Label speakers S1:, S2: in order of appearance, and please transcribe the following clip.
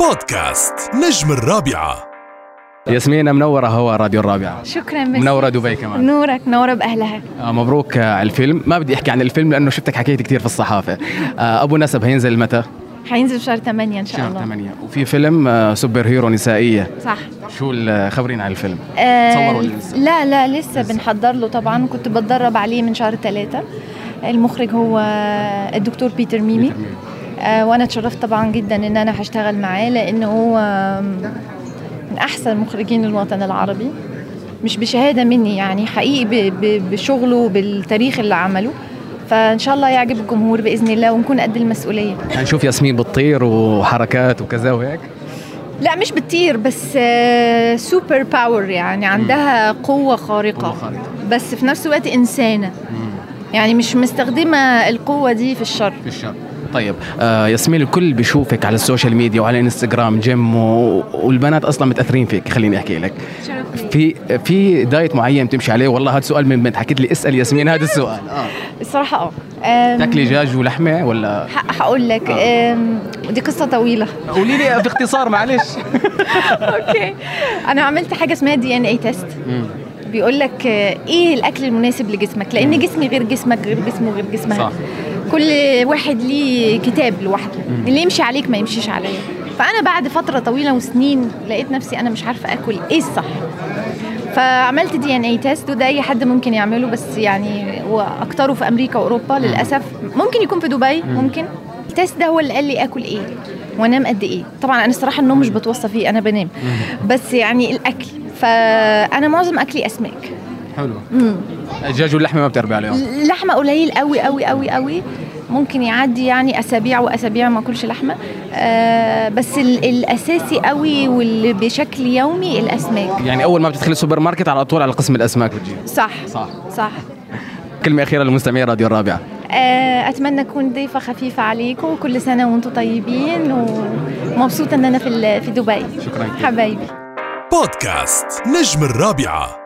S1: بودكاست نجم الرابعة
S2: ياسمينة منورة هو راديو الرابعة
S3: شكرا بس
S2: منورة دبي كمان
S3: نورك نورة بأهلها
S2: آه، مبروك آه، على الفيلم ما بدي أحكي عن الفيلم لأنه شفتك حكيت كثير في الصحافة آه، أبو نسب هينزل متى؟
S3: حينزل بشهر 8 إن شاء
S2: شهر
S3: الله
S2: 8 وفي فيلم آه، سوبر هيرو نسائية
S3: صح
S2: شو ال- خبرينا على الفيلم؟
S3: آه
S2: تصور ولا لسه؟
S3: لا لا لسه بنحضر له طبعا كنت بتدرب عليه من شهر ثلاثة المخرج هو الدكتور بيتر ميمي آه وانا اتشرفت طبعا جدا ان انا هشتغل معاه لانه هو من احسن مخرجين الوطن العربي مش بشهاده مني يعني حقيقي ب- ب- بشغله بالتاريخ اللي عمله فان شاء الله يعجب الجمهور باذن الله ونكون قد المسؤوليه
S2: هنشوف ياسمين بتطير وحركات وكذا وهيك
S3: لا مش بتطير بس آه، سوبر باور يعني عندها قوة خارقة,
S2: قوة خارقة.
S3: بس في نفس الوقت إنسانة يعني مش مستخدمة القوة دي في الشر
S2: في الشر طيب آه ياسمين الكل بيشوفك على السوشيال ميديا وعلى انستغرام جيم و... والبنات اصلا متاثرين فيك خليني احكي لك في في دايت معين تمشي عليه والله هذا سؤال من بنت حكيت لي اسال ياسمين هذا السؤال اه
S3: الصراحة اه آم،
S2: تاكلي آه. دجاج ولحمه ولا
S3: ح- هقول لك آم، ودي قصة طويلة
S2: قولي لي باختصار معلش
S3: اوكي انا عملت حاجة اسمها دي ان اي تيست بيقول لك آه، ايه الاكل المناسب لجسمك لان جسمي غير جسمك غير جسمه غير جسمها
S2: صح.
S3: كل واحد ليه كتاب لوحده اللي يمشي عليك ما يمشيش عليا فانا بعد فتره طويله وسنين لقيت نفسي انا مش عارفه اكل ايه الصح فعملت دي ان اي تيست وده اي حد ممكن يعمله بس يعني واكتره في امريكا واوروبا للاسف ممكن يكون في دبي ممكن التيست ده هو اللي قال لي اكل ايه وانام قد ايه طبعا انا الصراحه النوم مش بتوصى فيه انا بنام بس يعني الاكل فانا معظم اكلي اسماك
S2: حلو الدجاج واللحمه ما بتربي عليهم
S3: لحمه قليل قوي قوي قوي قوي ممكن يعدي يعني اسابيع واسابيع ما اكلش لحمه آه بس ال- الاساسي قوي واللي بشكل يومي الاسماك
S2: يعني اول ما بتدخلي السوبر ماركت على طول على قسم الاسماك بتجي
S3: صح
S2: صح.
S3: صح
S2: كلمه اخيره للمستمعين راديو الرابعه
S3: آه اتمنى اكون ضيفه خفيفه عليكم وكل سنه وانتم طيبين ومبسوطه ان انا في ال- في دبي
S2: شكراً كتير.
S3: حبايبي
S1: بودكاست نجم الرابعه